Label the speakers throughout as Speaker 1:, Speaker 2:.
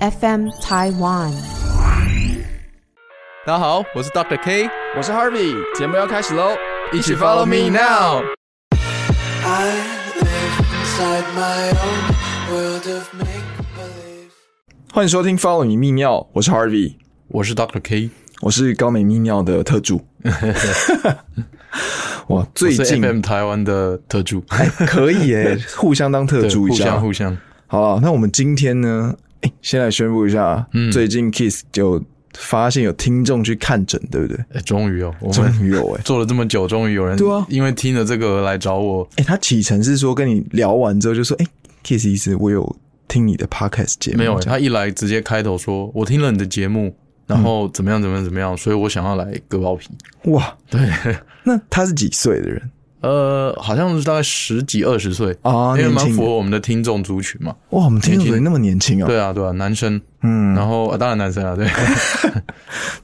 Speaker 1: FM Taiwan。
Speaker 2: 大家好，我是 Doctor K，
Speaker 3: 我是 Harvey，节目要开始喽，
Speaker 2: 一起 Follow Me Now。
Speaker 4: I live inside my own world of make believe.
Speaker 3: 欢迎收听 Follow Me 泌尿，我是 Harvey，
Speaker 2: 我是 Doctor K，
Speaker 3: 我是高美泌尿的 特助。哇，最
Speaker 2: 我是
Speaker 3: 近哎
Speaker 2: FM 台湾的特 助，
Speaker 3: 可以耶，互相当特
Speaker 2: 对
Speaker 3: 助一
Speaker 2: 互
Speaker 3: 下
Speaker 2: 相。互相，
Speaker 3: 好了，那我们今天呢，哎，先来宣布一下，
Speaker 2: 嗯
Speaker 3: 最近 Kiss 就发现有听众去看诊，对不对？
Speaker 2: 哎， 终于哦，我
Speaker 3: 终
Speaker 2: 们
Speaker 3: 于有哎、
Speaker 2: 做了这么久，终于有人
Speaker 3: 对啊
Speaker 2: 因为听了这个而来找我，
Speaker 3: 哎，他启程是说跟你聊完之后就说，哎，Kiss 医师，我有听你的 Podcast 节目，
Speaker 2: 没有，
Speaker 3: 这
Speaker 2: 他
Speaker 3: 样
Speaker 2: 一来直接开头说，我听了你的节目，然后怎么样怎么样怎么样，所以我想要来割包皮。
Speaker 3: 哇，
Speaker 2: 对，
Speaker 3: 那他是几岁的人
Speaker 2: 呃，好像是大概十几二十岁，因
Speaker 3: 啊？
Speaker 2: 为
Speaker 3: 年
Speaker 2: 蛮
Speaker 3: 轻
Speaker 2: 符
Speaker 3: 人
Speaker 2: 合我们的听众族群嘛。
Speaker 3: 哇，我们听
Speaker 2: 年
Speaker 3: 众
Speaker 2: 轻
Speaker 3: 怎么那么年轻啊？
Speaker 2: 对啊，对啊，男生，
Speaker 3: 嗯，
Speaker 2: 然后呃当然男生啊，对，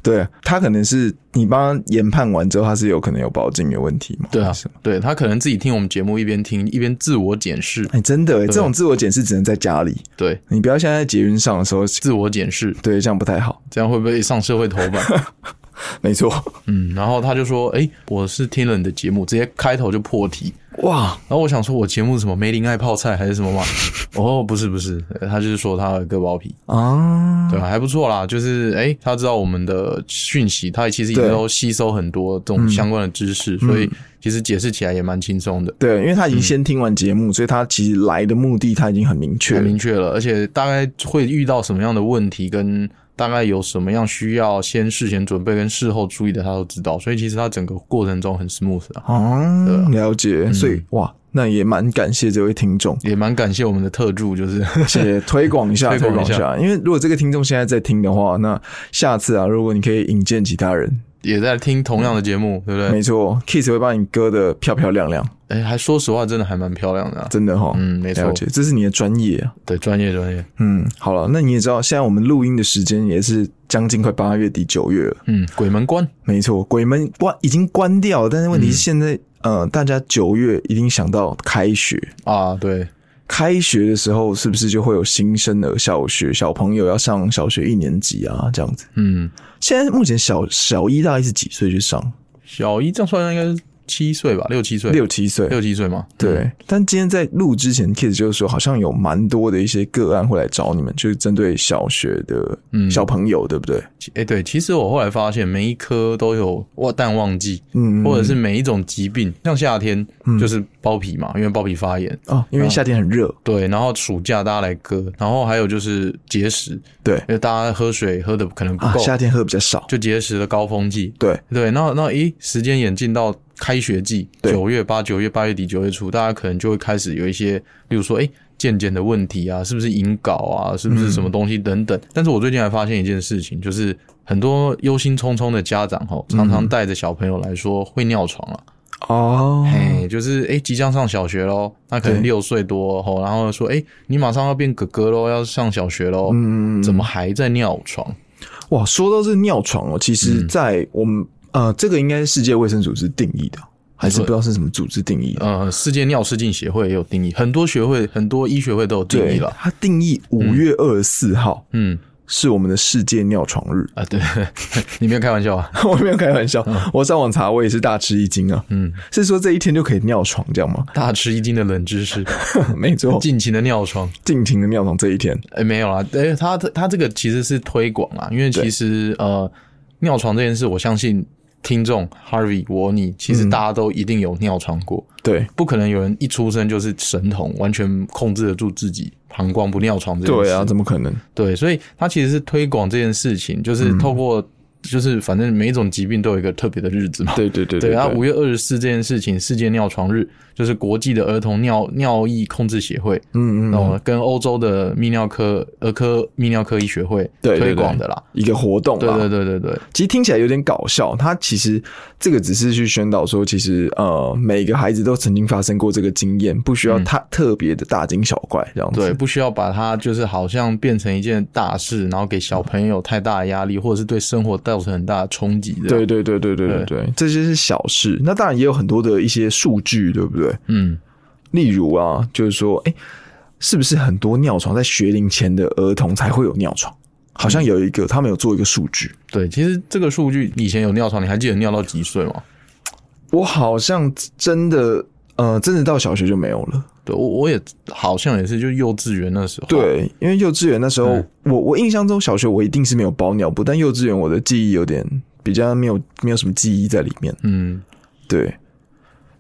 Speaker 3: 对他可能是你帮他研判完之后，他是有可能有保证的问题嘛？
Speaker 2: 对啊
Speaker 3: 还是什么，
Speaker 2: 对他可能自己听我们节目一边听一边自我检视，
Speaker 3: 哎、真的、欸，
Speaker 2: 对
Speaker 3: 这种自我检视只能在家里，
Speaker 2: 对，
Speaker 3: 你不要现在在捷运上的时候，
Speaker 2: 自我检视，
Speaker 3: 对，这样不太好。
Speaker 2: 这样会不会上社会头版？
Speaker 3: 没错，
Speaker 2: 嗯，然后他就说，诶，我是听了你的节目，直接开头就破题。
Speaker 3: 哇，
Speaker 2: 然后我想说，我节目是什么梅林爱泡菜还是什么嘛？哦，不是不是，呃他就是说他的割包皮，
Speaker 3: 啊，
Speaker 2: 对吧、还不错啦，就是诶，他知道我们的讯息，他其实也
Speaker 3: 对
Speaker 2: 都吸收很多这种相关的知识，所以其实解释起来也蛮轻松的。
Speaker 3: 对，因为他已经先听完节目，所以他其实来的目的他已经很明确
Speaker 2: 很
Speaker 3: 了。
Speaker 2: 明确了，而且大概会遇到什么样的问题，跟大概有什么样需要先事前准备跟事后注意的，他都知道。所以其实他整个过程中很 smooth 啊，
Speaker 3: 啊
Speaker 2: 对啊，
Speaker 3: 了解，所以哇，那也蛮感谢这位听
Speaker 2: ，
Speaker 3: 众
Speaker 2: 也蛮感谢我们的特助，就是
Speaker 3: 且推广一下，
Speaker 2: 推
Speaker 3: 推
Speaker 2: 广
Speaker 3: 广
Speaker 2: 一
Speaker 3: 一
Speaker 2: 下
Speaker 3: 下。因为如果这个听众现在在听的话，那下次啊，如果你可以引荐其他人，
Speaker 2: 也在听同
Speaker 3: 嗯
Speaker 2: 样的节目，对不对
Speaker 3: 没？错，Kiss 会把你割的漂漂亮亮，
Speaker 2: 哎，还说实话，真的还蛮漂亮的、啊。
Speaker 3: 真的哈。
Speaker 2: 嗯，没错
Speaker 3: 了，解，这是你的专业啊。
Speaker 2: 对，专业专业，
Speaker 3: 嗯，好了，那你也知道，现在我们录音的时间也是将近快八月底九月了。
Speaker 2: 嗯，鬼门关，
Speaker 3: 没错，鬼门关已经关掉了，但是问题是现在，
Speaker 2: 嗯
Speaker 3: 呃，大家九月一定想到开学，
Speaker 2: 啊，对，
Speaker 3: 开学的时候是不是就会有新生儿小学小朋友要上小学一年级啊？这样子，
Speaker 2: 嗯，
Speaker 3: 现在目前小小一大概是几岁去上？
Speaker 2: 小一这样算应该是七岁吧，六七岁，
Speaker 3: 六七岁。
Speaker 2: 六七岁嘛，
Speaker 3: 对，
Speaker 2: 嗯
Speaker 3: 但今天在录之前，Kids 就是说，好像有蛮多的一些个案会来找你们，就是针对小学的
Speaker 2: 嗯
Speaker 3: 小朋友，对不对？
Speaker 2: 哎、对，其实我后来发现每一科都有哇淡旺季，
Speaker 3: 嗯，
Speaker 2: 或者是每一种疾病，像夏天
Speaker 3: 嗯
Speaker 2: 就是包皮嘛，因为包皮发炎。
Speaker 3: 哦，因为夏天很热，
Speaker 2: 对，然后暑假大家来割，然后还有就是节食，
Speaker 3: 对
Speaker 2: 因为大家喝水喝的可能不
Speaker 3: 啊，
Speaker 2: 够，
Speaker 3: 夏天喝得比较少，
Speaker 2: 就节食的高峰季。
Speaker 3: 对，
Speaker 2: 对，那那咦，时间演进到开学季，
Speaker 3: 对
Speaker 2: 九月八、九月八月底、九月初，大家可能就会开始有一些，例如说，哎，健检的问题啊，是不是引睾啊，是不
Speaker 3: 嗯
Speaker 2: 是什么东西等等。但是我最近还发现一件事情，就是很多忧心忡忡的家长吼，常
Speaker 3: 嗯
Speaker 2: 常带着小朋友来说会尿床啊，
Speaker 3: 哦，
Speaker 2: 哎，就是哎、诶即将上小学喽，那可能
Speaker 3: 对
Speaker 2: 六岁多吼，然后说哎、诶你马上要变哥哥喽，要上小学喽，
Speaker 3: 嗯
Speaker 2: 怎么还在尿床？
Speaker 3: 哇，说到这尿床哦，其
Speaker 2: 嗯
Speaker 3: 实，在我们、呃，这个应该是世界卫生组织定义的，还是不知道是什么组织定义的？
Speaker 2: 呃，世界尿失禁协会也有定义，很多学会、很多医学会都有定义
Speaker 3: 对
Speaker 2: 了，。
Speaker 3: 它定义五月二十四号、
Speaker 2: 嗯
Speaker 3: 是我们的世界尿床日。
Speaker 2: 啊，对， 你没有开玩笑啊？
Speaker 3: 我没有开玩笑，我上网查，我也是大吃一惊啊！
Speaker 2: 嗯，
Speaker 3: 是说这一天就可以尿床这 样吗？
Speaker 2: 大吃一惊的冷知 识，
Speaker 3: 没错，
Speaker 2: 尽情的尿床。
Speaker 3: 尽情的尿床这一天。
Speaker 2: 哎、没有啦，哎、他他这个其实是推广啊，因为其实呃，尿床这件事，我相信听众 Harvey 我你，其
Speaker 3: 嗯
Speaker 2: 实大家都一定有尿床过，
Speaker 3: 对
Speaker 2: 不可能有人一出生就是神童，完全控制得住自己膀胱不尿床这件事。
Speaker 3: 对啊，怎么可嗯能？
Speaker 2: 对，所以他其实是推广这件事情，就是透过、就是反正每一种疾病都有一个特别的日子嘛。
Speaker 3: 对对对
Speaker 2: 对啊然后五
Speaker 3: 对
Speaker 2: 月二十四这件事情，世界尿床日就是国际的儿童尿尿液控制协会，
Speaker 3: 嗯嗯
Speaker 2: 然后
Speaker 3: 嗯，
Speaker 2: 跟欧洲的泌尿科儿科泌尿科医学会
Speaker 3: 对对
Speaker 2: 推
Speaker 3: 对
Speaker 2: 广的啦。
Speaker 3: 一个活动
Speaker 2: 对
Speaker 3: 啦
Speaker 2: 对对对对，
Speaker 3: 其实听起来有点搞笑，他其实这个只是去宣导说，其实呃，每个孩子都曾经发生过这个经验，不需要
Speaker 2: 嗯
Speaker 3: 他特别的大惊小怪这样子。
Speaker 2: 对，不需要把它就是好像变成一件大事，然后给小朋友太大的压力，或者是对生活造成很大的冲击的。
Speaker 3: 对，对对对对对对，这些是小事。那当然也有很多的一些数据，对不对？
Speaker 2: 嗯，
Speaker 3: 例如啊，就是说，哎、是不是很多尿床在学龄前的儿童才会有尿床？好像有一个，他们有做一个数据，
Speaker 2: 对，其实这个数据以前有尿床，你还记得尿到几岁吗？
Speaker 3: 我好像真的，呃，真的到小学就没有了。
Speaker 2: 对我我也好像也是，就幼稚园那时候，，
Speaker 3: 对，因为幼稚园那时候，
Speaker 2: 嗯
Speaker 3: 我我印象中小学我一定是没有包尿布，但幼稚园我的记忆有点比较没有没有什么记忆在里面。
Speaker 2: 嗯，
Speaker 3: 对，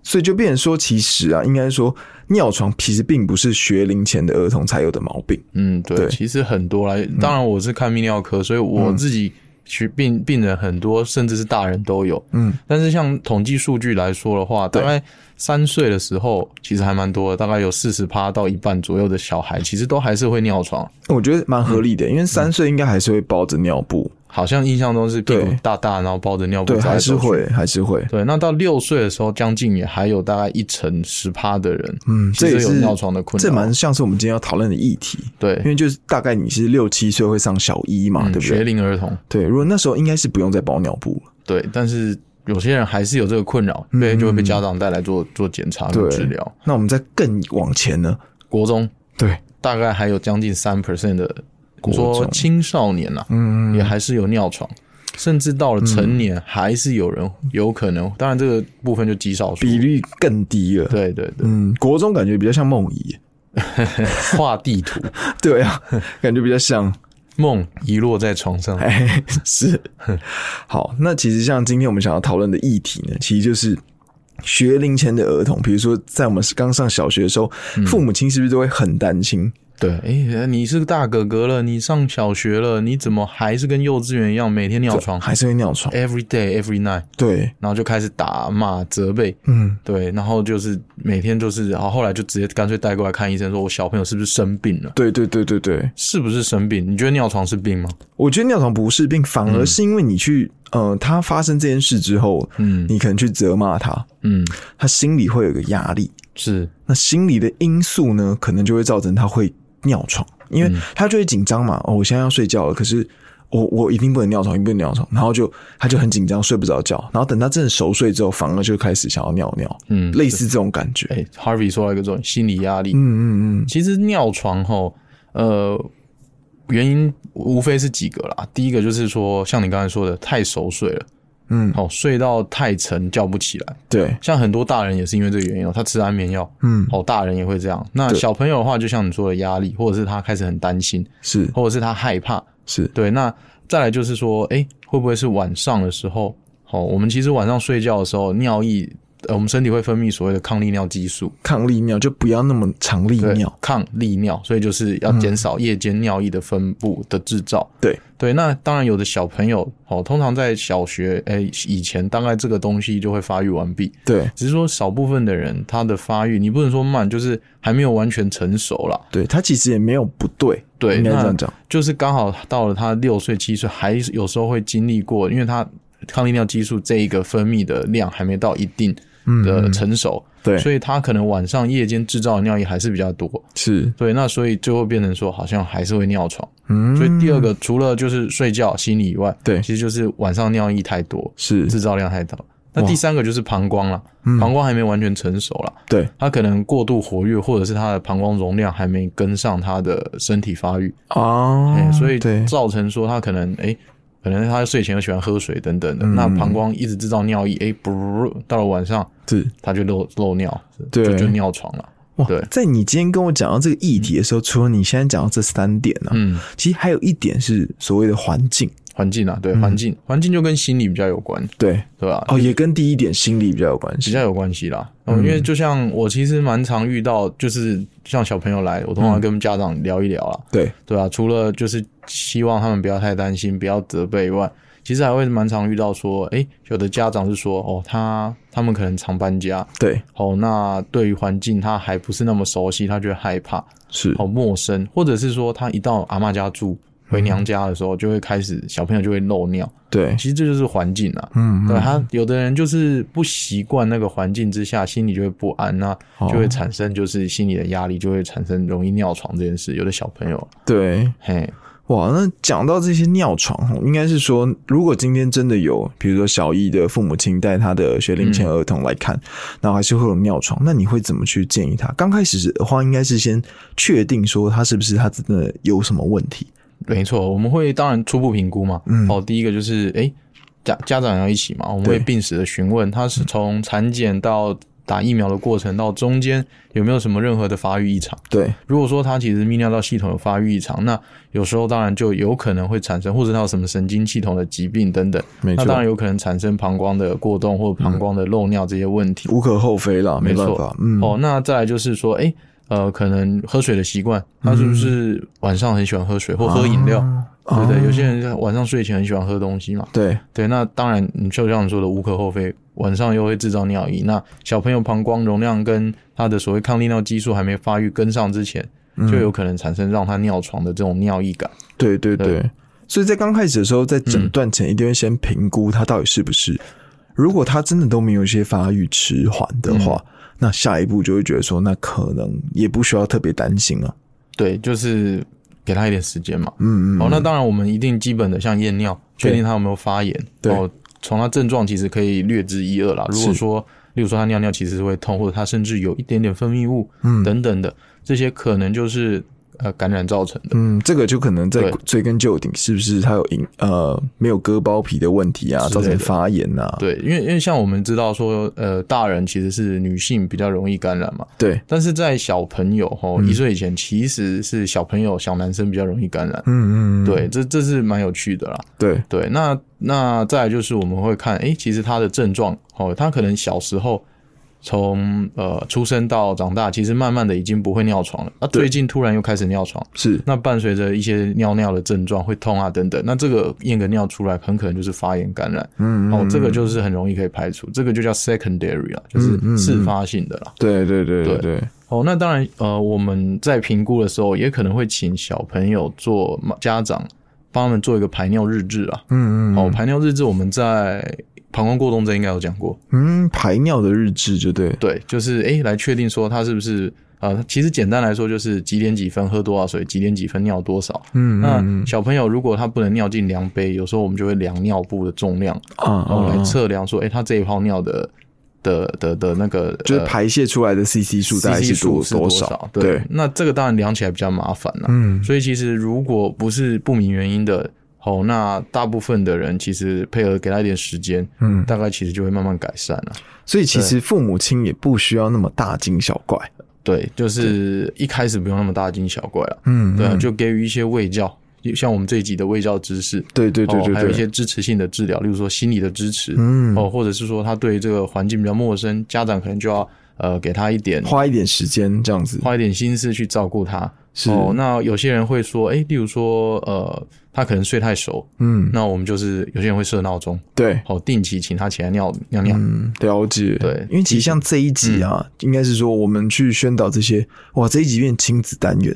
Speaker 3: 所以就变成说，其实啊，应该说尿床其实并不是学龄前的儿童才有的毛病。
Speaker 2: 嗯，对，
Speaker 3: 对嗯
Speaker 2: 其实很多啦。当然我是看泌尿科，所以我自己去病病人很多，甚至是大人都有。
Speaker 3: 嗯，
Speaker 2: 但是像统计数据来说的话，大
Speaker 3: 对
Speaker 2: 概三岁的时候其实还蛮多的，大概有四十趴到一半左右的小孩，其实都还是会尿床。
Speaker 3: 我觉得蛮合理的，因为三岁应该还是会包着尿布，
Speaker 2: 好像印象中是屁股
Speaker 3: 对
Speaker 2: 大大，然后抱着尿布
Speaker 3: 对，
Speaker 2: 走来
Speaker 3: 还是
Speaker 2: 走去。
Speaker 3: 会，还是会。
Speaker 2: 对，那到六岁的时候，将近也还有大概一成十趴的人，
Speaker 3: 嗯，
Speaker 2: 其
Speaker 3: 这也
Speaker 2: 实有
Speaker 3: 是
Speaker 2: 尿床的困扰。
Speaker 3: 这蛮像是我们今天要讨论的议题，
Speaker 2: 对，
Speaker 3: 因为就是大概你是六七岁会上小一嘛，
Speaker 2: 嗯
Speaker 3: 对不
Speaker 2: 学
Speaker 3: 对？
Speaker 2: 龄儿童，
Speaker 3: 对，如果那时候应该是不用再包尿布了。
Speaker 2: 对，但是有些人还是有这个困扰，对，就会被家长带来做做检查跟
Speaker 3: 嗯对
Speaker 2: 治疗。
Speaker 3: 那我们再更往前呢？
Speaker 2: 国中
Speaker 3: 对，
Speaker 2: 大概还有将近三 percent 的，
Speaker 3: 国中
Speaker 2: 说青少年啊，
Speaker 3: 嗯，
Speaker 2: 也还是有尿床。甚至到了成年，还是有人有可能，当然这个部分就极少数。
Speaker 3: 比率更低了。
Speaker 2: 对对对，
Speaker 3: 嗯，国中感觉比较像梦 遗，
Speaker 2: 画地图，
Speaker 3: 对啊，感觉比较像。
Speaker 2: 梦遗落在床上。
Speaker 3: 哎， 是。好，那其实像今天我们想要讨论的议题呢，其实就是学龄前的儿童，比如说在我们刚上小学的时候，
Speaker 2: 嗯
Speaker 3: 父母亲是不是都会很担心？
Speaker 2: 对，哎，你是个大哥哥了，你上小学了，你怎么还是跟幼稚园一样每天尿床
Speaker 3: 还是会尿床？
Speaker 2: ？Every day, every night，
Speaker 3: 对，
Speaker 2: 然后就开始打骂责备，
Speaker 3: 嗯，
Speaker 2: 对，然后就是每天就是，然后后来就直接干脆带过来看医生，说我小朋友是不是生病了？
Speaker 3: 对对对对对，
Speaker 2: 是不是生病？你觉得尿床是病吗？
Speaker 3: 我觉得尿床不是病，反而是因为你去，呃，他发生这件事之后，
Speaker 2: 嗯
Speaker 3: 你可能去责骂他，
Speaker 2: 嗯，
Speaker 3: 他心里会有个压力，
Speaker 2: 是，
Speaker 3: 那心理的因素呢，可能就会造成他会尿床，因为
Speaker 2: 嗯
Speaker 3: 他就会紧张嘛。哦，我现在要睡觉了，可是我我一定不能尿床，一定不能尿床，然后就他就很紧张，睡不着觉。然后等他真的熟睡之后，反而就开始想要尿尿，
Speaker 2: 嗯
Speaker 3: 类似这种感觉。
Speaker 2: 哎，Harvey 说到一个重点，心理压力。
Speaker 3: 嗯嗯嗯，
Speaker 2: 其实尿床吼，呃，原因无非是几个啦。第一个就是说，像你刚才说的，太熟睡了，
Speaker 3: 嗯
Speaker 2: 好、睡到太沉，叫不起来。
Speaker 3: 对，
Speaker 2: 像很多大人也是因为这个原因哦，他吃安眠药，
Speaker 3: 嗯
Speaker 2: 哦，大人也会这样。那
Speaker 3: 对
Speaker 2: 小朋友的话，就像你说的压力，或者是他开始很担心，
Speaker 3: 是
Speaker 2: 或者是他害怕，
Speaker 3: 是，
Speaker 2: 对。那再来就是说，哎、会不会是晚上的时候？哦，我们其实晚上睡觉的时候，尿液，呃，我们身体会分泌所谓的抗利尿激素，
Speaker 3: 抗利尿就不要那么常利
Speaker 2: 对
Speaker 3: 尿。，
Speaker 2: 抗利尿，所以就是要减少夜间尿液的分布的制造。
Speaker 3: 对
Speaker 2: 对，那当然有的小朋友，哦，通常在小学，哎、以前大概这个东西就会发育完毕，
Speaker 3: 对
Speaker 2: 只是说少部分的人他的发育，你不能说慢，就是还没有完全成熟啦。
Speaker 3: 对，他其实也没有不对，
Speaker 2: 对，
Speaker 3: 应该
Speaker 2: 那
Speaker 3: 这样讲。
Speaker 2: 就是刚好到了他六岁、七岁，还有时候会经历过，因为他抗利尿激素这一个分泌的量还没到一定的成熟，
Speaker 3: 嗯对，
Speaker 2: 所以他可能晚上夜间制造的尿液还是比较多。
Speaker 3: 是，
Speaker 2: 对，那所以就会变成说，好像还是会尿床。
Speaker 3: 嗯，
Speaker 2: 所以第二个，除了就是睡觉、心理以外，
Speaker 3: 对
Speaker 2: 其实就是晚上尿液太多，
Speaker 3: 是，
Speaker 2: 制造量太大。那第三个就是膀胱了，
Speaker 3: 嗯
Speaker 2: 膀胱还没完全成熟了，
Speaker 3: 对
Speaker 2: 它可能过度活跃，或者是它的膀胱容量还没跟上它的身体发育，
Speaker 3: 啊
Speaker 2: 哎，所以
Speaker 3: 对
Speaker 2: 造成说他可能哎、可能他睡前又喜欢喝水等等的，
Speaker 3: 嗯
Speaker 2: 那膀胱一直制造尿液，哎、不，到了晚上
Speaker 3: 是。
Speaker 2: 他就漏漏尿，
Speaker 3: 对
Speaker 2: 就就尿床了。
Speaker 3: 哇
Speaker 2: 对，
Speaker 3: 在你今天跟我讲到这个议题的时候，除了你现在讲到这三点呢、
Speaker 2: 嗯，
Speaker 3: 其实还有一点是所谓的环境，
Speaker 2: 环境啊，
Speaker 3: 嗯
Speaker 2: 对环境，环、境就跟心理比较有关，
Speaker 3: 对，
Speaker 2: 对吧、
Speaker 3: 哦，也跟第一点心理比较有关
Speaker 2: 比
Speaker 3: 系。
Speaker 2: 较有关系啦，嗯，因为就像我其实蛮常遇到，就是像小朋友来，我通常跟家长聊一聊啦，
Speaker 3: 对，
Speaker 2: 对啊，除了就是希望他们不要太担心，不要责备以外，其实还会蛮常遇到说，诶、有的家长是说，哦，他他们可能常搬家，
Speaker 3: 对，
Speaker 2: 哦，那对于环境他还不是那么熟悉，他觉得害怕，
Speaker 3: 是，
Speaker 2: 好陌生，或者是说他一到阿嬷家住，回娘家的时候就会开始小朋友就会漏尿，
Speaker 3: 对，
Speaker 2: 其实这就是环境啊。
Speaker 3: 嗯，
Speaker 2: 对
Speaker 3: 嗯
Speaker 2: 他，有的人就是不习惯那个环境之下，心里就会不安、啊，那
Speaker 3: 哦
Speaker 2: 就会产生就是心理的压力，就会产生容易尿床这件事。有的小朋友，
Speaker 3: 对，
Speaker 2: 嘿，
Speaker 3: 哇，那讲到这些尿床，哦应该是说，如果今天真的有，比如说小易的父母亲带他的学龄前儿童来看，然后还是会有尿床，那你会怎么去建议他？刚开始的话，应该是先确定说他是不是他真的有什么问题。
Speaker 2: 没错，我们会当然初步评估嘛。
Speaker 3: 嗯
Speaker 2: 哦，第一个就是诶，家家长要一起嘛，我们
Speaker 3: 对
Speaker 2: 会病史的询问，他是从产检到打疫苗的过程到中间有没有什么任何的发育异常。
Speaker 3: 对，
Speaker 2: 如果说他其实泌尿道系统有发育异常，那有时候当然就有可能会产生，或者他有什么神经系统的疾病等等，那
Speaker 3: 没错，嗯
Speaker 2: 当然有可能产生膀胱的过动或膀胱的漏尿这些问题。
Speaker 3: 无可厚非啦，没
Speaker 2: 没
Speaker 3: 办
Speaker 2: 错
Speaker 3: 法。嗯，
Speaker 2: 哦，那再来就是说，哎、呃，可能喝水的习惯，他是不是晚上很喜欢喝水或喝饮料？对
Speaker 3: 嗯啊
Speaker 2: 不对？有些人晚上睡前很喜欢喝东西嘛，
Speaker 3: 对，
Speaker 2: 对，那当然，你就像你说的，无可厚非，晚上又会制造尿意。那小朋友膀胱容量跟他的所谓抗利尿激素还没发育跟上之前，
Speaker 3: 嗯
Speaker 2: 就有可能产生让他尿床的这种尿意感。
Speaker 3: 对对对，
Speaker 2: 对嗯
Speaker 3: 所以在刚开始的时候，在诊断前一定会先评估他到底是不是。如果他真的都没有一些发育迟缓的话，
Speaker 2: 嗯
Speaker 3: 那下一步就会觉得说，那可能也不需要特别担心了。
Speaker 2: 对，就是给他一点时间嘛。
Speaker 3: 嗯嗯，
Speaker 2: 好，那当然，我们一定基本的像验尿，
Speaker 3: 对
Speaker 2: 确定他有没有发炎，
Speaker 3: 对
Speaker 2: 哦，从他症状其实可以略知一二啦。如果
Speaker 3: 是
Speaker 2: 说，例如说他尿尿其实是会痛，或者他甚至有一点点分泌物，
Speaker 3: 嗯
Speaker 2: 等等的，这些可能就是呃感染造成的。
Speaker 3: 嗯，这个就可能在
Speaker 2: 对
Speaker 3: 追根究底，是不是他有隐呃没有割包皮的问题啊，
Speaker 2: 之
Speaker 3: 造
Speaker 2: 类的
Speaker 3: 成发炎啊？
Speaker 2: 对，因为因为像我们知道说，呃，大人其实是女性比较容易感染嘛，
Speaker 3: 对，
Speaker 2: 但是在小朋友吼
Speaker 3: 嗯
Speaker 2: 一岁以前，其实是小朋友小男生比较容易感染。
Speaker 3: 嗯嗯，嗯
Speaker 2: 对，这这是蛮有趣的啦。
Speaker 3: 对，
Speaker 2: 对，那那再来就是我们会看，诶、其实他的症状哦，他可能小时候从呃出生到长大，其实慢慢的已经不会尿床了，那、
Speaker 3: 对
Speaker 2: 最近突然又开始尿床，
Speaker 3: 是
Speaker 2: 那伴随着一些尿尿的症状会痛啊等等，那这个验个尿出来，很可能就是发炎感染。
Speaker 3: 嗯嗯
Speaker 2: 哦，这个
Speaker 3: 嗯
Speaker 2: 就是很容易可以排除，这个就叫 secondary 啊，就是
Speaker 3: 嗯嗯嗯
Speaker 2: 自发性的啦。
Speaker 3: 对对对对嗯
Speaker 2: 对
Speaker 3: 对，
Speaker 2: 哦，那当然，呃，我们在评估的时候，也可能会请小朋友做家长帮他们做一个排尿日志啊。
Speaker 3: 嗯嗯
Speaker 2: 哦，排尿日志我们在膀胱过动症应该有讲过，
Speaker 3: 嗯，排尿的日志就对，
Speaker 2: 对，就是诶、来确定说他是不是呃，其实简单来说就是几点几分喝多少水，几点几分尿多少。
Speaker 3: 嗯嗯
Speaker 2: 那小朋友如果他不能尿进量杯，有时候我们就会量尿布的重量，
Speaker 3: 啊
Speaker 2: 然后哦来
Speaker 3: 啊
Speaker 2: 测量说，诶、他这一泡尿的的的的那个
Speaker 3: 就是
Speaker 2: 呃
Speaker 3: 排泄出来的 CC 数大概
Speaker 2: CC 数
Speaker 3: 多
Speaker 2: 是多
Speaker 3: 少？
Speaker 2: 对，，那这个当然量起来比较麻烦了、
Speaker 3: 嗯，
Speaker 2: 所以其实如果不是不明原因的，哦，那大部分的人其实配合给他一点时间，
Speaker 3: 嗯
Speaker 2: 大概其实就会慢慢改善啊了。
Speaker 3: 所以其实父母亲也不需要那么大惊小怪，
Speaker 2: 对，就是一开始不用那么大惊小怪了，
Speaker 3: 嗯
Speaker 2: 对啊，
Speaker 3: 嗯
Speaker 2: 就给予一些卫教，像我们这一集的卫教知识，
Speaker 3: 对对对
Speaker 2: 哦，还
Speaker 3: 对
Speaker 2: 有一些
Speaker 3: 对，
Speaker 2: 支持性的治疗，例如说心理的支持，
Speaker 3: 嗯
Speaker 2: 哦，或者是说他对这个环境比较陌生，家长可能就要呃给他一点
Speaker 3: 花一点时间这样子，
Speaker 2: 花一点心思去照顾他。
Speaker 3: 是
Speaker 2: 哦，那有些人会说，哎、例如说，呃，他可能睡太熟，
Speaker 3: 嗯，
Speaker 2: 那我们就是有些人会设闹钟，
Speaker 3: 对，
Speaker 2: 哦，定期请他起来尿尿尿。
Speaker 3: 嗯，了解，
Speaker 2: 对嗯
Speaker 3: 因为其实像这一集啊，应该是说我们去宣导这些，哇，这一集变亲子单 元，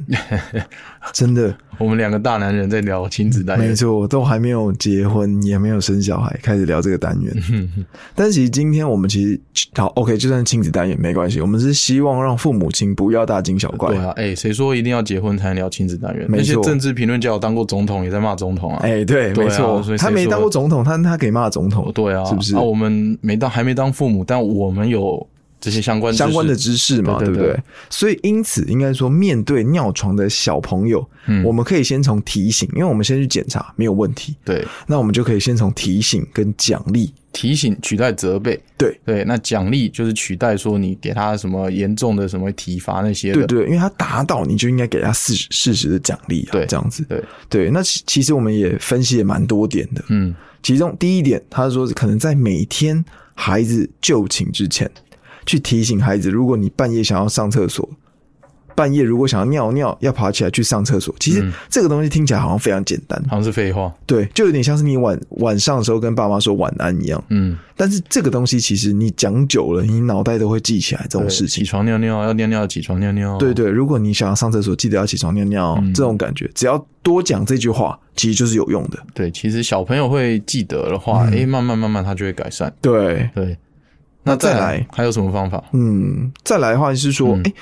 Speaker 3: 真的，
Speaker 2: 我们两个大男人在聊亲子单
Speaker 3: 没
Speaker 2: 元，
Speaker 3: 错，都还没有结婚，也没有生小孩，开始聊这个单元。 但其实今天我们其实好，OK，就算亲子单元没关系，我们是希望让父母亲不要大惊小怪
Speaker 2: 对，啊，哎、谁说一定要结婚才能聊亲子单元？
Speaker 3: 没
Speaker 2: 那些
Speaker 3: 错
Speaker 2: 政治评论家有当过总统，也在骂总统啊。
Speaker 3: 哎、对，
Speaker 2: 对
Speaker 3: 没
Speaker 2: 啊
Speaker 3: 错
Speaker 2: 所，以谁
Speaker 3: 他没
Speaker 2: 说
Speaker 3: 当过总统，他他可以骂总统，
Speaker 2: 对啊，
Speaker 3: 是不是
Speaker 2: 啊，我们没当还没当父母，但我们有这些相关知识
Speaker 3: 相关的知识嘛，
Speaker 2: 对对
Speaker 3: 不对
Speaker 2: 对？
Speaker 3: 所以因此，应该说，面对尿床的小朋友，
Speaker 2: 嗯
Speaker 3: 我们可以先从提醒，因为我们先去检查没有问题，
Speaker 2: 对
Speaker 3: 那我们就可以先从提醒跟奖励，
Speaker 2: 提醒取代责备。
Speaker 3: 对
Speaker 2: 对，那奖励就是取代说你给他什么严重的什么体罚那些的。
Speaker 3: 对对，因为他达到，你就应该给他适适时的奖励、啊，
Speaker 2: 对
Speaker 3: 这样子，
Speaker 2: 对
Speaker 3: 对。那其其实我们也分析也蛮多点的，
Speaker 2: 嗯，
Speaker 3: 其中第一点，他说可能在每天孩子就寝之前，去提醒孩子，如果你半夜想要上厕所，半夜如果想要尿尿，要爬起来去上厕所。其实这个东西听起来嗯好像非常简单，
Speaker 2: 好像是废话。
Speaker 3: 对，就有点像是你晚晚上的时候跟爸妈说晚安一样。
Speaker 2: 嗯，
Speaker 3: 但是这个东西其实你讲久了，你脑袋都会记起来这种
Speaker 2: 对
Speaker 3: 事情
Speaker 2: 起。床尿尿要尿尿，起床尿尿。
Speaker 3: 对嗯对，如果你想要上厕所，记得要起床尿尿，哦这种感觉，只要多讲这句话，其实就是有用的。
Speaker 2: 对，其实小朋友会记得的
Speaker 3: 嗯
Speaker 2: 话，诶、慢慢慢慢他就会改善。
Speaker 3: 对，
Speaker 2: 对，
Speaker 3: 那
Speaker 2: 再
Speaker 3: 再来
Speaker 2: 还有什么方法？嗯
Speaker 3: 嗯，再来的话是说，哎、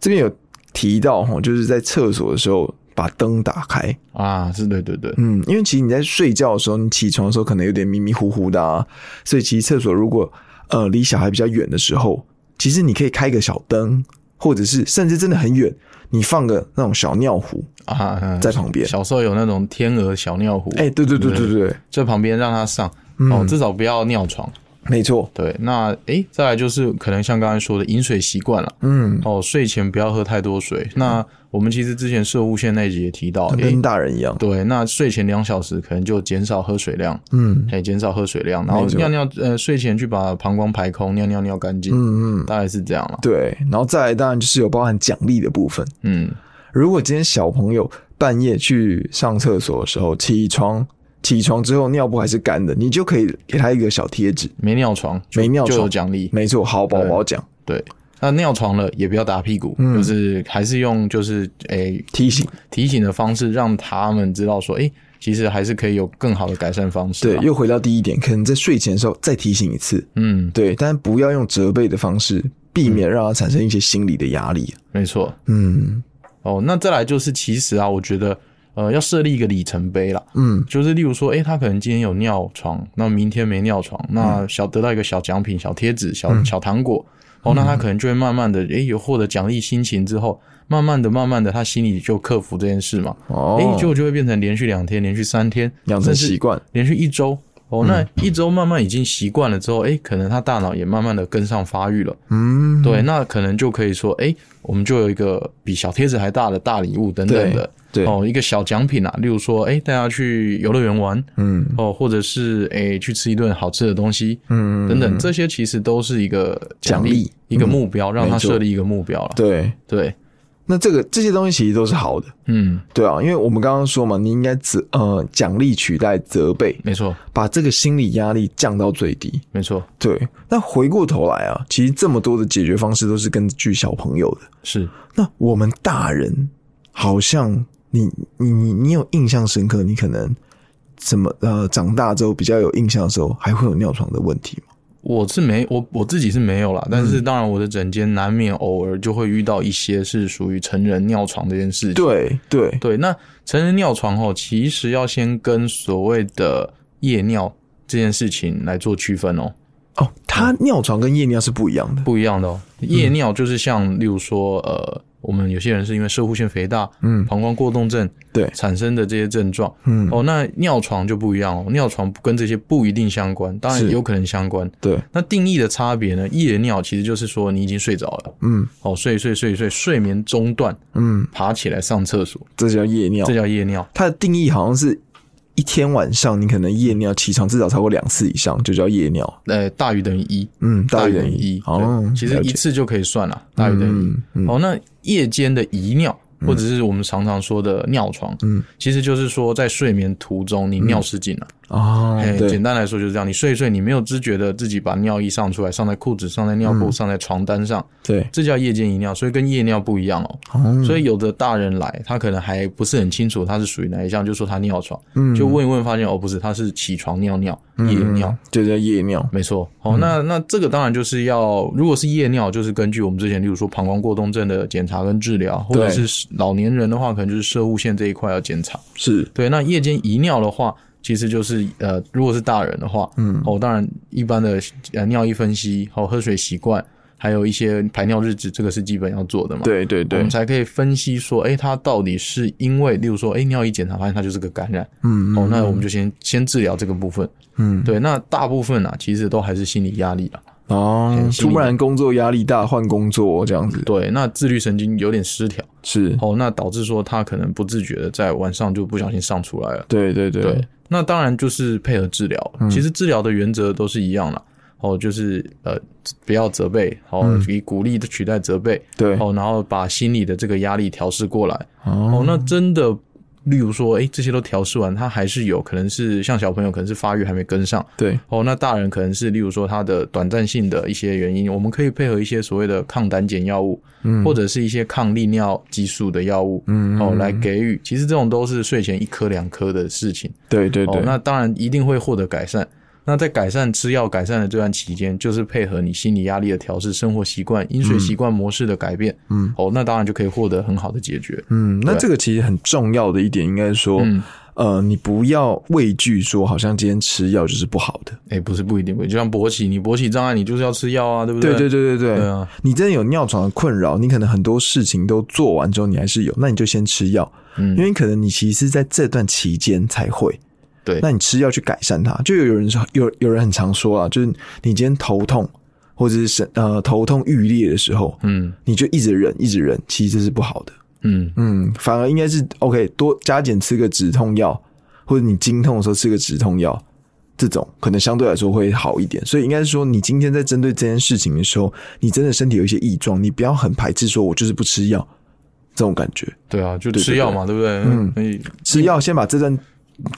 Speaker 3: 这边有提到哈，就是在厕所的时候，把灯打开。
Speaker 2: 啊，是对对对，
Speaker 3: 嗯，因为其实你在睡觉的时候，你起床的时候可能有点迷迷糊糊的啊，所以其实厕所如果呃离小孩比较远的时候，其实你可以开个小灯，或者是甚至真的很远，你放个那种小尿壶。
Speaker 2: 啊，嗯
Speaker 3: 在旁边
Speaker 2: 小时候有那种天鹅小尿壶，
Speaker 3: 哎、嗯对对对对对，
Speaker 2: 在旁边让它上，哦，至少不要尿床。
Speaker 3: 没错，
Speaker 2: 对，那诶、再来就是可能像刚才说的饮水习惯了，
Speaker 3: 嗯，
Speaker 2: 哦，睡前不要喝太多水。那我们其实之前射物线那一集也提到，哦诶、
Speaker 3: 跟大人一样，
Speaker 2: 对，那睡前两小时可能就减少喝水量，
Speaker 3: 嗯
Speaker 2: 哎，减少喝水量，然后
Speaker 3: 没错
Speaker 2: 尿尿，呃，睡前去把膀胱排空，尿尿尿干净，
Speaker 3: 嗯嗯，
Speaker 2: 大概是这样了。
Speaker 3: 对，然后再来当然就是有包含奖励的部分。
Speaker 2: 嗯，
Speaker 3: 如果今天小朋友半夜去上厕所的时候起床，起床之后尿布还是干的，你就可以给他一个小贴纸，
Speaker 2: 没尿床就
Speaker 3: 没尿
Speaker 2: 就有
Speaker 3: 床，
Speaker 2: 奖励，
Speaker 3: 没错，好宝宝奖
Speaker 2: 对。那尿床了也不要打屁股，
Speaker 3: 嗯
Speaker 2: 就是还是用就是诶、
Speaker 3: 提醒，
Speaker 2: 提醒的方式，让他们知道说，诶、其实还是可以有更好的改善方式啊
Speaker 3: 对
Speaker 2: 啦。，
Speaker 3: 又回到第一点，可能在睡前的时候再提醒一次，
Speaker 2: 嗯，
Speaker 3: 对，但不要用责备的方式，避免让他产生一些心理的压力。
Speaker 2: 没错。
Speaker 3: 嗯
Speaker 2: 哦，那再来就是，其实啊，我觉得呃，要设立一个里程碑啦，
Speaker 3: 嗯，
Speaker 2: 就是例如说，诶、他可能今天有尿床，那明天没尿床，
Speaker 3: 嗯
Speaker 2: 那小得到一个小奖品、小贴纸、小、小糖果，哦，
Speaker 3: 嗯
Speaker 2: 那他可能就会慢慢的，诶、有获得奖励心情之后，慢慢的、慢慢的，他心里就克服这件事嘛，
Speaker 3: 哦，
Speaker 2: 诶、结果就会变成连续两天、连续三天，
Speaker 3: 养
Speaker 2: 甚
Speaker 3: 成
Speaker 2: 至
Speaker 3: 习惯，
Speaker 2: 连续一周。哦，
Speaker 3: 嗯
Speaker 2: 那一周慢慢已经习惯了之后，诶、可能他大脑也慢慢的跟上发育了。
Speaker 3: 嗯，
Speaker 2: 对，那可能就可以说，诶，我们就有一个比小贴纸还大的大礼物等等的。
Speaker 3: 对，
Speaker 2: 哦，一个小奖品啊，例如说，诶，带他去游乐园玩，
Speaker 3: 嗯
Speaker 2: 哦，或者是诶去吃一顿好吃的东西，
Speaker 3: 嗯，
Speaker 2: 等等，这些其实都是一个
Speaker 3: 奖励嗯
Speaker 2: 励，一个目标，让他
Speaker 3: 没错
Speaker 2: 设立一个目标了。
Speaker 3: 对，
Speaker 2: 对，
Speaker 3: 那这个这些东西其实都是好的。
Speaker 2: 嗯，
Speaker 3: 对啊，因为我们刚刚说嘛，你应该责呃奖励取代责备，
Speaker 2: 没错，
Speaker 3: 把这个心理压力降到最低。
Speaker 2: 没错，
Speaker 3: 对，那回过头来啊，其实这么多的解决方式都是根据小朋友的。
Speaker 2: 是，
Speaker 3: 那我们大人好像你你你你有印象深刻，你可能怎么呃长大之后比较有印象的时候，还会有尿床的问题吗？
Speaker 2: 我是没我我自己是没有
Speaker 3: 嗯
Speaker 2: 啦，但是当然我的整间难免偶尔就会遇到一些是属于成人尿床这件事情。
Speaker 3: 对对，
Speaker 2: 对，那成人尿床后，其实要先跟所谓的夜尿这件事情来做区分哦，
Speaker 3: 哦，他尿床跟夜尿是不一样的。
Speaker 2: 不一样的哦。
Speaker 3: 嗯
Speaker 2: 夜尿就是像例如说呃，我们有些人是因为射护腺肥大、
Speaker 3: 嗯，
Speaker 2: 膀胱过动症
Speaker 3: 对，
Speaker 2: 产生的这些症状。
Speaker 3: 嗯，
Speaker 2: 哦，那尿床就不一样哦，尿床跟这些不一定相关，当然
Speaker 3: 是
Speaker 2: 有可能相关。
Speaker 3: 对，
Speaker 2: 那定义的差别呢？夜尿其实就是说你已经睡着了，
Speaker 3: 嗯
Speaker 2: 哦，睡一睡睡一睡，睡眠中断，
Speaker 3: 嗯，
Speaker 2: 爬起来上厕所，
Speaker 3: 这叫夜尿
Speaker 2: 这。叫夜尿。
Speaker 3: 它的定义好像是一天晚上你可能夜尿起床至少超过两次以上，就叫夜尿。
Speaker 2: 呃，大于等于一，
Speaker 3: 嗯，
Speaker 2: 大
Speaker 3: 于
Speaker 2: 于
Speaker 3: 等
Speaker 2: 等于
Speaker 3: 于
Speaker 2: 一。
Speaker 3: 哦
Speaker 2: 对，其实
Speaker 3: 了
Speaker 2: 一
Speaker 3: 解
Speaker 2: 次就可以算了，大于等于一。
Speaker 3: 嗯嗯
Speaker 2: 哦，那夜间的遗尿，或者是我们常常说的尿床，
Speaker 3: 嗯，
Speaker 2: 其实就是说在睡眠途中你尿失禁了。
Speaker 3: 哦
Speaker 2: 哎，，
Speaker 3: 对
Speaker 2: 简，单来说就是这样，你睡一睡，你没有知觉的自己把尿液上出来，上在裤子、上在尿
Speaker 3: 嗯
Speaker 2: 布、上在床单上，
Speaker 3: 对，
Speaker 2: 这叫夜间遗尿，所以跟夜尿不一样哦。
Speaker 3: 哦
Speaker 2: 所以有的大人来，他可能还不是很清楚他是属于哪一项，就说他尿床，
Speaker 3: 嗯
Speaker 2: 就问一问，发现哦不是，他是起床尿尿、夜尿，
Speaker 3: 嗯就叫夜尿。
Speaker 2: 没错。哦，那那这个当然就是要，如果是夜尿，就是根据我们之前，例如说膀胱过动症的检查跟治疗，或者
Speaker 3: 对
Speaker 2: 是老年人的话，可能就是射物线这一块要检查。
Speaker 3: 是，
Speaker 2: 对，那夜间遗尿的话，其实就是呃，如果是大人的话，
Speaker 3: 嗯
Speaker 2: 哦，当然一般的呃尿液分析、哦喝水习惯，还有一些排尿日志，这个是基本要做的嘛。
Speaker 3: 对对
Speaker 2: 哦我
Speaker 3: 对
Speaker 2: 们，才可以分析说，哎、他到底是因为，例如说，哎、尿液检查发现他就是个感染，
Speaker 3: 嗯
Speaker 2: 哦，那我们就先先治疗这个部分。
Speaker 3: 嗯，
Speaker 2: 对，那大部分啊，其实都还是心理压力啊啦。
Speaker 3: 哦，
Speaker 2: 心理
Speaker 3: 突然工作压力大，换工作这样子，
Speaker 2: 对，那自律神经有点失调，
Speaker 3: 是，
Speaker 2: 哦，那导致说他可能不自觉的在晚上就不小心上出来了。
Speaker 3: 对对对嗯
Speaker 2: 对，那当然就是配合治疗，其实治疗的原则都是一样啦。哦，就是呃，不要责备，哦，以鼓励的取代责备，
Speaker 3: 嗯对，
Speaker 2: 哦，然后把心理的这个压力调试过来，
Speaker 3: 哦，
Speaker 2: 哦，那真的，例如说，哎，这些都调试完，他还是有可能是像小朋友，可能是发育还没跟上。
Speaker 3: 对，
Speaker 2: 哦，那大人可能是例如说他的短暂性的一些原因，我们可以配合一些所谓的抗胆碱药物，
Speaker 3: 嗯
Speaker 2: 或者是一些抗利尿激素的药物，
Speaker 3: 嗯
Speaker 2: 哦，来给予。其实这种都是睡前一颗两颗的事情。
Speaker 3: 对对
Speaker 2: 哦
Speaker 3: 对，，
Speaker 2: 那当然一定会获得改善。那在改善吃药改善的这段期间，就是配合你心理压力的调试、生活习惯、饮
Speaker 3: 嗯
Speaker 2: 水习惯模式的改变，嗯，哦，那当然就可以获得很好的解决。
Speaker 3: 嗯，那这个其实很重要的一点，应该说，
Speaker 2: 嗯
Speaker 3: 呃，你不要畏惧说，好像今天吃药就是不好的。
Speaker 2: 哎、不是不一定，就像勃起，你勃起障碍，你就是要吃药啊，对不
Speaker 3: 对
Speaker 2: 对
Speaker 3: 对
Speaker 2: 对
Speaker 3: 对对对，
Speaker 2: 对啊
Speaker 3: 你真的有尿床的困扰，你可能很多事情都做完之后，你还是有，那你就先吃药，
Speaker 2: 嗯
Speaker 3: 因为可能你其实是在这段期间才会。
Speaker 2: 对
Speaker 3: 那你吃药去改善它，就有人说，有有人很常说啊，就是你今天头痛或者是神呃头痛欲裂的时候，
Speaker 2: 嗯
Speaker 3: 你就一直忍一直忍，其实这是不好的。
Speaker 2: 嗯，
Speaker 3: 嗯，反而应该是 OK，多加减吃个止痛药，或者你经痛的时候吃个止痛药，这种可能相对来说会好一点。所以应该是说，你今天在针对这件事情的时候，你真的身体有一些异状，你不要很排斥，说我就是不吃药这种感觉。
Speaker 2: 对啊，就
Speaker 3: 对
Speaker 2: 吃药嘛，对不对？嗯，所以
Speaker 3: 吃药先把这段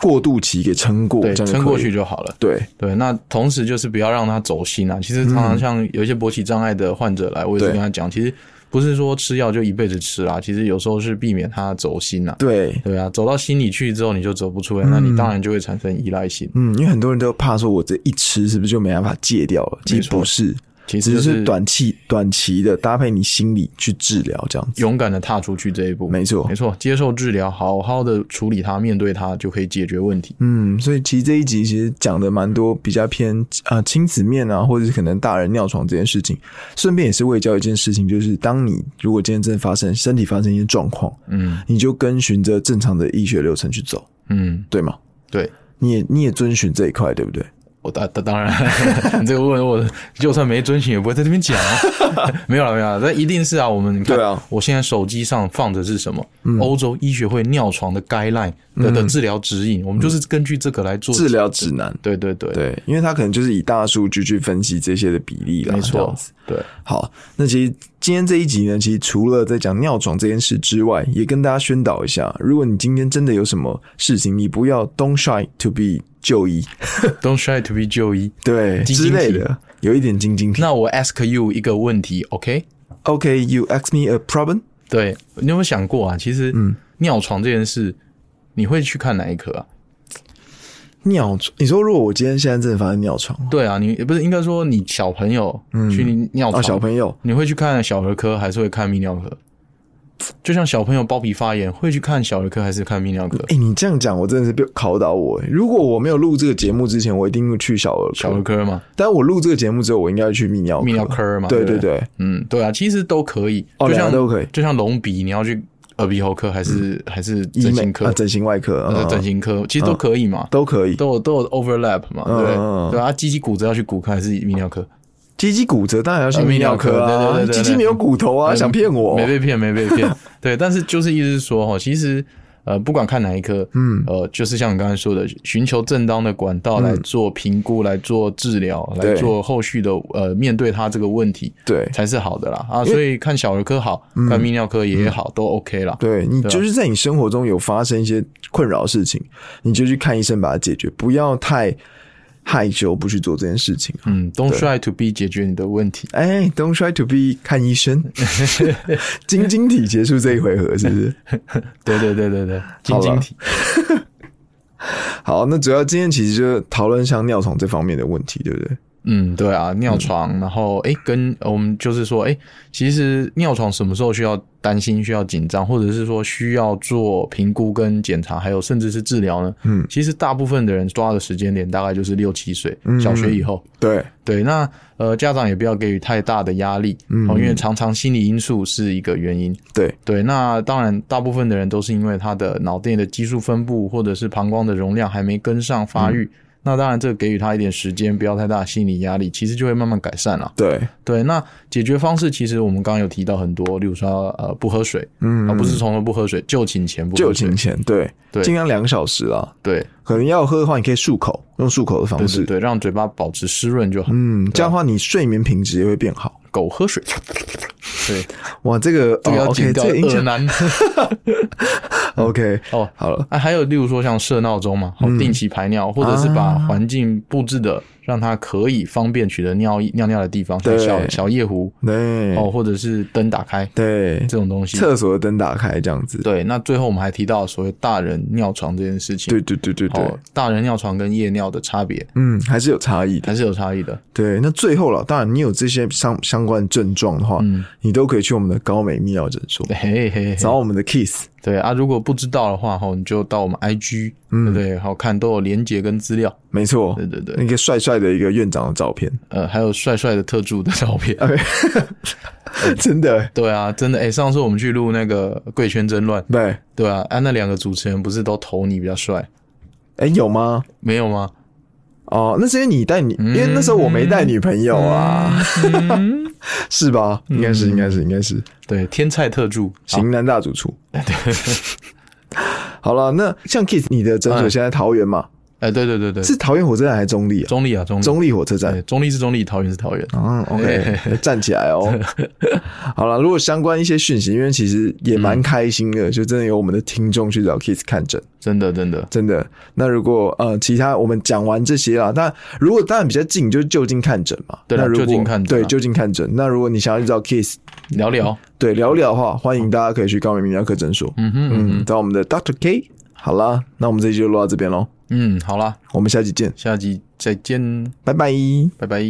Speaker 3: 过渡期给撑过，
Speaker 2: 对
Speaker 3: 这样就可以
Speaker 2: 撑过去。就好了。
Speaker 3: 对，
Speaker 2: 对，那同时就是不要让他走心啊。其实常
Speaker 3: 嗯
Speaker 2: 常像有一些勃起障碍的患者来，我也是
Speaker 3: 对
Speaker 2: 跟他讲，其实不是说吃药就一辈子吃啊，其实有时候是避免他走心啊。
Speaker 3: 对，
Speaker 2: 对啊，走到心里去之后你就走不出来，那
Speaker 3: 嗯
Speaker 2: 你当然就会产生依赖性。
Speaker 3: 嗯，因为很多人都怕说，我这一吃是不是就没办法戒掉了？其
Speaker 2: 没
Speaker 3: 实
Speaker 2: 错
Speaker 3: 不是，
Speaker 2: 其实
Speaker 3: 只
Speaker 2: 就是
Speaker 3: 短期短期的搭配你心理去治疗这样子。
Speaker 2: 勇敢的踏出去这一步，
Speaker 3: 没错
Speaker 2: 没错，接受治疗，好好的处理它，面对它，就可以解决问题。
Speaker 3: 嗯，所以其实这一集其实讲的蛮多，比较偏啊、呃亲子面啊，或者是可能大人尿床这件事情，顺便也是为教一件事情，就是当你如果今天真的发生身体发生一些状况，
Speaker 2: 嗯
Speaker 3: 你就跟循着正常的医学流程去走，
Speaker 2: 嗯，
Speaker 3: 对吗？
Speaker 2: 对。
Speaker 3: 你也你也遵循这一块，对不对？
Speaker 2: 我当当当然， 你这个问我，就算没遵循，也不会在这边讲、 啊。没有了，没有了，这一定是啊。我们你看
Speaker 3: 对啊嗯
Speaker 2: 我现在手机上放的是什么？欧洲医学会尿床的 guideline 的的治疗指引，我们就是根据这个来做
Speaker 3: 治。疗指南，
Speaker 2: 对对对，
Speaker 3: 对，因为它可能就是以大数据去分析这些的比例啦，
Speaker 2: 没
Speaker 3: 这样
Speaker 2: 错
Speaker 3: 子，
Speaker 2: 对，
Speaker 3: 好，那其实今天这一集呢，其实除了在讲尿床这件事之外，也跟大家宣导一下，如果你今天真的有什么事情，你不要 don't shy to be 就医，
Speaker 2: Don't try to be 就医。
Speaker 3: 对
Speaker 2: 晶
Speaker 3: 之
Speaker 2: 晶
Speaker 3: 类
Speaker 2: 体
Speaker 3: 的，有一点晶晶体。
Speaker 2: 那我 ask you 一个问题，OK？
Speaker 3: OK，you、ask me a problem？
Speaker 2: 对你有没有想过啊？其实
Speaker 3: 嗯
Speaker 2: 尿床这件事，你会去看哪一科啊？
Speaker 3: 尿床？你说如果我今天现在真的发生尿床，
Speaker 2: 对啊，你不是应该说你小朋友去尿
Speaker 3: 啊，
Speaker 2: 床，
Speaker 3: 小朋友，
Speaker 2: 你会去看小儿科还是会看泌尿科？就像小朋友包皮发炎，会去看小儿科还是看泌尿科？
Speaker 3: 哎、你这样讲，我真的是被考倒我、欸。如果我没有录这个节目之前，我一定会去小儿科。
Speaker 2: 小儿科嘛，
Speaker 3: 但我录这个节目之后，我应该去泌尿
Speaker 2: 泌尿科嘛，
Speaker 3: 对
Speaker 2: 对
Speaker 3: 对
Speaker 2: 不
Speaker 3: 对，
Speaker 2: 嗯，对啊，其实都可以，就
Speaker 3: 哦两
Speaker 2: 像
Speaker 3: 个都可以嗯
Speaker 2: 就像隆鼻，你要去耳鼻喉科还是还是
Speaker 3: 医
Speaker 2: 整
Speaker 3: 美
Speaker 2: 形科
Speaker 3: 啊，？整形外科，
Speaker 2: 呃
Speaker 3: 嗯
Speaker 2: 整形科其实都可以嘛，
Speaker 3: 都可以。
Speaker 2: 都有都有 overlap 嘛，对不
Speaker 3: 嗯嗯嗯
Speaker 2: 对对啊，鸡鸡骨折要去骨科还是泌尿科？
Speaker 3: 鸡鸡骨折当然要去
Speaker 2: 呃
Speaker 3: 泌尿科
Speaker 2: 泌尿科
Speaker 3: 啊，
Speaker 2: 对对对对
Speaker 3: 鸡
Speaker 2: 对
Speaker 3: 鸡没有骨头啊，
Speaker 2: 嗯
Speaker 3: 想骗我？
Speaker 2: 没被骗，没被骗。对，但是就是意思是说，哦 哈，其实呃，不管看哪一科，嗯，呃，就是像你刚才说的，寻求正当的管道来做评估、来做治疗、
Speaker 3: 对
Speaker 2: 来做后续的呃，面对他这个问题
Speaker 3: 对嗯
Speaker 2: 才是好的啦。啊，所以看小儿科好，看泌尿科也好，都 OK 啦。
Speaker 3: 对，你
Speaker 2: 对啊
Speaker 3: 就是在你生活中有发生一些困扰的事情，你就去看医生把它解决，不要太害羞不去做这件事情。啊
Speaker 2: 嗯，Don't try to be 解决你的问题。
Speaker 3: 哎，Don't try to be 看 医生，晶晶体结束这一回合是不是？
Speaker 2: 对对对对对，晶晶体。
Speaker 3: 好，那主要今天其实就是讨论像尿床这方面的问题，对不对？
Speaker 2: 嗯，对啊，尿床，
Speaker 3: 嗯
Speaker 2: 然后诶，跟呃我们就是说，诶，其实尿床什么时候需要担心、需要紧张，或者是说需要做评估跟检查，还有甚至是治疗呢？
Speaker 3: 嗯
Speaker 2: 其实大部分的人抓的时间点大概就是六七岁，
Speaker 3: 嗯
Speaker 2: 小学以后。
Speaker 3: 对，
Speaker 2: 对，那呃，家长也不要给予太大的压力，
Speaker 3: 嗯
Speaker 2: 哦，因为常常心理因素是一个原因。
Speaker 3: 对，
Speaker 2: 对，那当然，大部分的人都是因为他的脑电的激素分布或者是膀胱的容量还没跟上发
Speaker 3: 嗯
Speaker 2: 育。那当然，这个给予他一点时间，不要太大的心理压力，其实就会慢慢改善了。
Speaker 3: 对，
Speaker 2: 对，那解决方式其实我们刚刚有提到很多，例如说呃不喝水，
Speaker 3: 嗯
Speaker 2: 而、不是从头不喝水，就寝前不
Speaker 3: 就
Speaker 2: 喝水
Speaker 3: 寝，前，对，
Speaker 2: 对
Speaker 3: 尽量两小时啦。
Speaker 2: 对
Speaker 3: 可能要喝的话，你可以漱口，用漱口的方
Speaker 2: 对
Speaker 3: 式
Speaker 2: 对。对，让嘴巴保持湿润就好。
Speaker 3: 嗯，这样的话你睡眠品质也会变好。
Speaker 2: 狗喝水， 对，
Speaker 3: 哇，这个
Speaker 2: 这个
Speaker 3: 哦
Speaker 2: 要
Speaker 3: ，OK，
Speaker 2: 剪
Speaker 3: 这
Speaker 2: 掉
Speaker 3: 个影
Speaker 2: 恶
Speaker 3: 响
Speaker 2: 男
Speaker 3: OK，
Speaker 2: 哦。
Speaker 3: 好了，嗯啊
Speaker 2: 啊，还有例如说像设闹钟嘛，哦定期排尿，或者是把环境布置的让它可以方便取得尿液尿尿的地方，像
Speaker 3: 对
Speaker 2: 小小夜壶
Speaker 3: 对
Speaker 2: 哦，或者是灯打开
Speaker 3: 对，
Speaker 2: 这种东西。
Speaker 3: 厕所的灯打开这样子，
Speaker 2: 对，那最后我们还提到所谓大人尿床这件事情。
Speaker 3: 对对对对对
Speaker 2: 哦，，大人尿床跟夜尿的差别
Speaker 3: 嗯，还是有差异的。
Speaker 2: 还是有差异的。
Speaker 3: 对，那最后了，当然你有这些相相关症状的话，
Speaker 2: 嗯
Speaker 3: 你都可以去我们的高美泌尿诊所
Speaker 2: 嘿嘿嘿，
Speaker 3: 找我们的 Kiss。
Speaker 2: 对啊，如果不知道的话，哈，你就到我们 IG，、对
Speaker 3: 嗯
Speaker 2: 不对？好看都有连结跟资料，
Speaker 3: 没错，
Speaker 2: 对对对
Speaker 3: 那个帅帅的一个院长的照片，
Speaker 2: 呃，还有帅帅的特助的照
Speaker 3: 嗯
Speaker 2: 片。
Speaker 3: 真的
Speaker 2: 对啊，真的，哎、上次我们去录那个《贵圈争乱》，
Speaker 3: 对。
Speaker 2: 对啊，啊，那两个主持人不是都投你比较帅，
Speaker 3: 哎、有吗？
Speaker 2: 没有吗？
Speaker 3: 哦，那是因为你带你，
Speaker 2: 嗯
Speaker 3: 因为那时候我没带女朋友啊，
Speaker 2: 嗯
Speaker 3: 是吧？应该是，应该是，应该是
Speaker 2: 对，天菜特助，
Speaker 3: 型男大主厨。好了，那像 Kiss，你的诊所
Speaker 2: 嗯
Speaker 3: 现在桃园嘛？
Speaker 2: 哎、对对对对，
Speaker 3: 是桃园火车站还是中立啊？
Speaker 2: 中立啊，中立，
Speaker 3: 中立火车站
Speaker 2: 对，。中立是中立，桃园是桃园，
Speaker 3: 嗯，OK，站起 来哦。好了，如果相关一些讯息，因为其实也
Speaker 2: 嗯
Speaker 3: 蛮开心的，就真的有我们的听众去找 Kiss 看诊，
Speaker 2: 真的真的，
Speaker 3: 真的。那如果呃，其他我们讲完这些啦，那如果当然比较近，就是就近看诊嘛。
Speaker 2: 对啦
Speaker 3: 那如果
Speaker 2: 就近看诊啊
Speaker 3: 对，就近看诊。那如果你想要去找 Kiss，
Speaker 2: 聊聊，
Speaker 3: 对聊聊的话，欢迎大家可以去高美泌尿科诊所，
Speaker 2: 嗯哼，嗯
Speaker 3: 嗯，找我们的 Doctor K。好啦，那我们这一集就录到这边喽，
Speaker 2: 嗯，好啦，
Speaker 3: 我们下集见，
Speaker 2: 下集再见。
Speaker 3: 拜拜。
Speaker 2: 拜拜。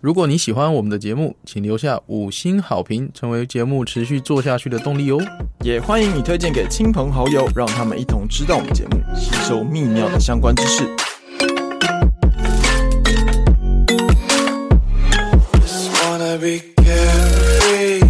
Speaker 2: 如果你喜欢我们的节目，请留下五星好评，成为节目持续做下去的动力哦。
Speaker 3: 也欢迎你推荐给亲朋好友，让他们一同知道我们节目，吸收泌尿的相关知识。
Speaker 4: Just wanna be carefree.